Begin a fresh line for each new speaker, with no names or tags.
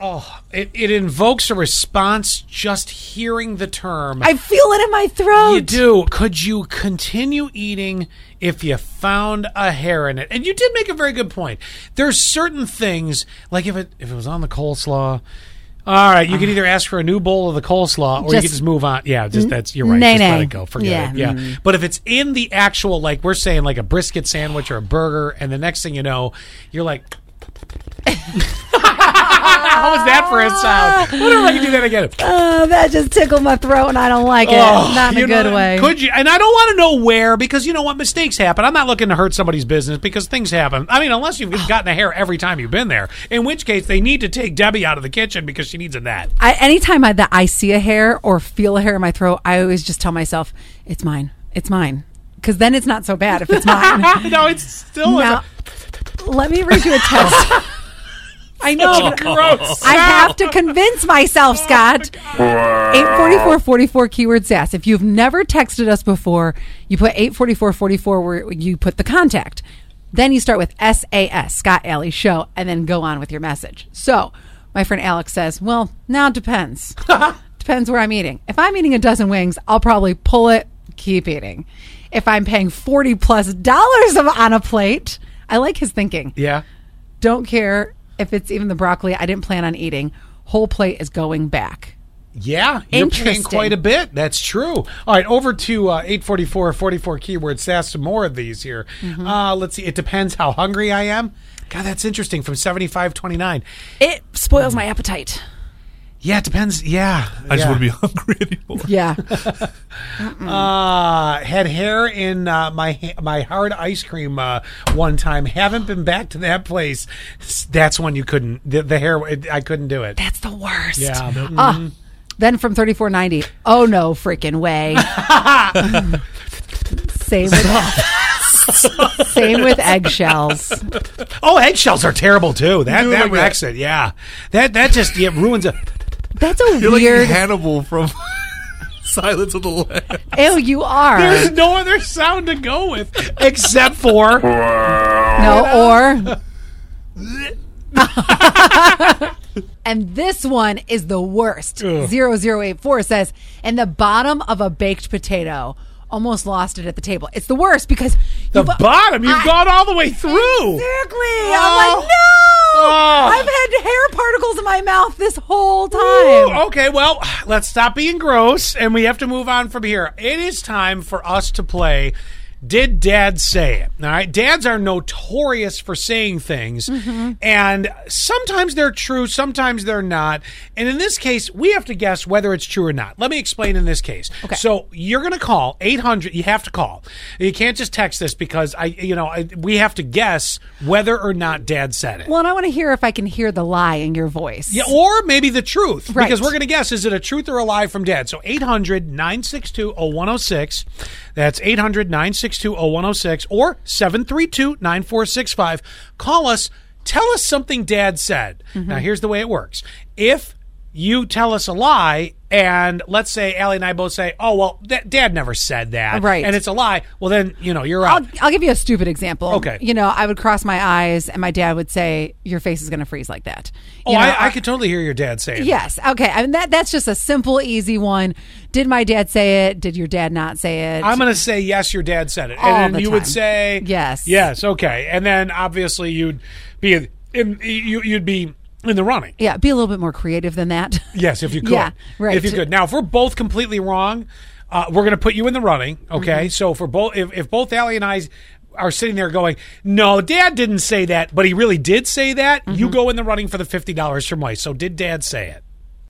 oh, it, it invokes a response just hearing the term.
I feel it in my throat.
you do. Could you continue eating if you found a hair in it? And you did make a very good point. There's certain things like if it if it was on the coleslaw. All right, you can either ask for a new bowl of the coleslaw, or you can
Just-
just move on. Yeah, just that's you're right.
nay,
just let
nay.
it go. Forget
Yeah. Mm-hmm.
it. Yeah. But if it's in the actual, like we're saying, like a brisket sandwich or a burger, and the next thing you know, you're like, how was that for a sound? I wonder if I can do that again.
Oh, that just tickled my throat, and I don't like it.
Oh,
Not in a
you know,
good way.
Could you? And I don't want to know where because you know what mistakes happen. I'm not looking to hurt somebody's business because things happen. I mean, unless you've gotten a hair every time you've been there, in which case they need to take Debbie out of the kitchen because she needs a nap.
I, anytime I, that I see a hair or feel a hair in my throat, I always just tell myself, "It's mine. It's mine." Because then it's not so bad if it's mine.
no, it's still
now, let me read you a test. I know. but
gross.
I have to convince myself, Scott. 84444 keyword sass. If you've never texted us before, you put 84444 where you put the contact. Then you start with SAS, Scott Alley Show, and then go on with your message. So my friend Alex says, Well, now it depends. depends where I'm eating. If I'm eating a dozen wings, I'll probably pull it, keep eating. If I'm paying 40 plus dollars of- on a plate, I like his thinking
yeah.
don't care if it's even the broccoli I didn't plan on eating. Whole plate is going back.
Yeah, you're paying
Interesting.
quite a bit. That's true. All right, over to uh, 844, 44 keyword sass, some more of these here.
Mm-hmm.
Uh, let's see. It depends how hungry I am. God, that's interesting from 7529.
It spoils my appetite.
Yeah, it depends. Yeah.
I just
yeah.
wouldn't be hungry anymore.
Yeah.
Uh, had hair in uh, my ha- my hard ice cream uh, one time. Haven't been back to that place. S- That's when you couldn't. The, the hair, it, I couldn't do it.
That's the worst.
Yeah. Mm.
Ah, then from 3490. Oh no freaking way. Same with Same with eggshells.
Oh, eggshells are terrible too. That
Do it
that
like that.
wrecks it. Yeah, that that just yeah, ruins it.
That's a
You're like
weird
Hannibal from Silence of the Lambs.
Ew, you are.
There's no other sound to go with except for
no, or And this one is the worst.
Ugh.
0084 says, and the bottom of a baked potato almost lost it at the table. It's the worst because
the
you've-
bottom. You've
I-
gone all the way through.
Exactly.
Oh.
I'm like, no.
Oh.
I've had hair particles in my mouth this whole time.
Ooh, oh. okay, well, let's stop being gross and we have to move on from here. It is time for us to play Did Dad Say It? All right. Dads are notorious for saying things, and sometimes they're true, sometimes they're not. And in this case, we have to guess whether it's true or not. Let me explain in this case. Okay. So you're going to call 800. You have to call. You can't just text this because I, you know, I, we have to guess whether or not Dad said it.
Well, and I want to hear if I can hear the lie in your voice.
Yeah, or maybe the truth.
Right.
Because we're going to guess is it a truth or a lie from dad? So 800 962 0106. That's 800 962 0106 or 732 9465. Call us. Tell us something dad said.
Mm-hmm.
Now, here's the way it works. If you tell us a lie, and let's say Allie and I both say, oh, well, that, dad never said that.
Right.
And it's a lie. Well, then, you know, you're out.
I'll, I'll give you a stupid example.
Okay.
You know, I would cross my eyes and my dad would say, Your face is going to freeze like that.
oh,
You know,
I, I could totally hear your dad saying that.
Yes. Okay. I mean, that, that's just a simple, easy one. Did my dad say it? Did your dad not say it?
I'm going to say yes. Your dad said it,
All
and then
the
you would
time.
say
Yes.
yes, okay, and then obviously you'd be in, you, you'd be in the running.
yeah. Be a little bit more creative than that.
Yes, if you could.
Yeah, right.
If you could. Now, if we're both completely wrong, uh, we're going to put you in the running. Okay.
Mm-hmm.
So for both, if, if both Allie and I are sitting there going, "No, Dad
Mm-hmm.
didn't say that, but he really did say that," you go in the running for the fifty dollars from Weiss. So did Dad say it?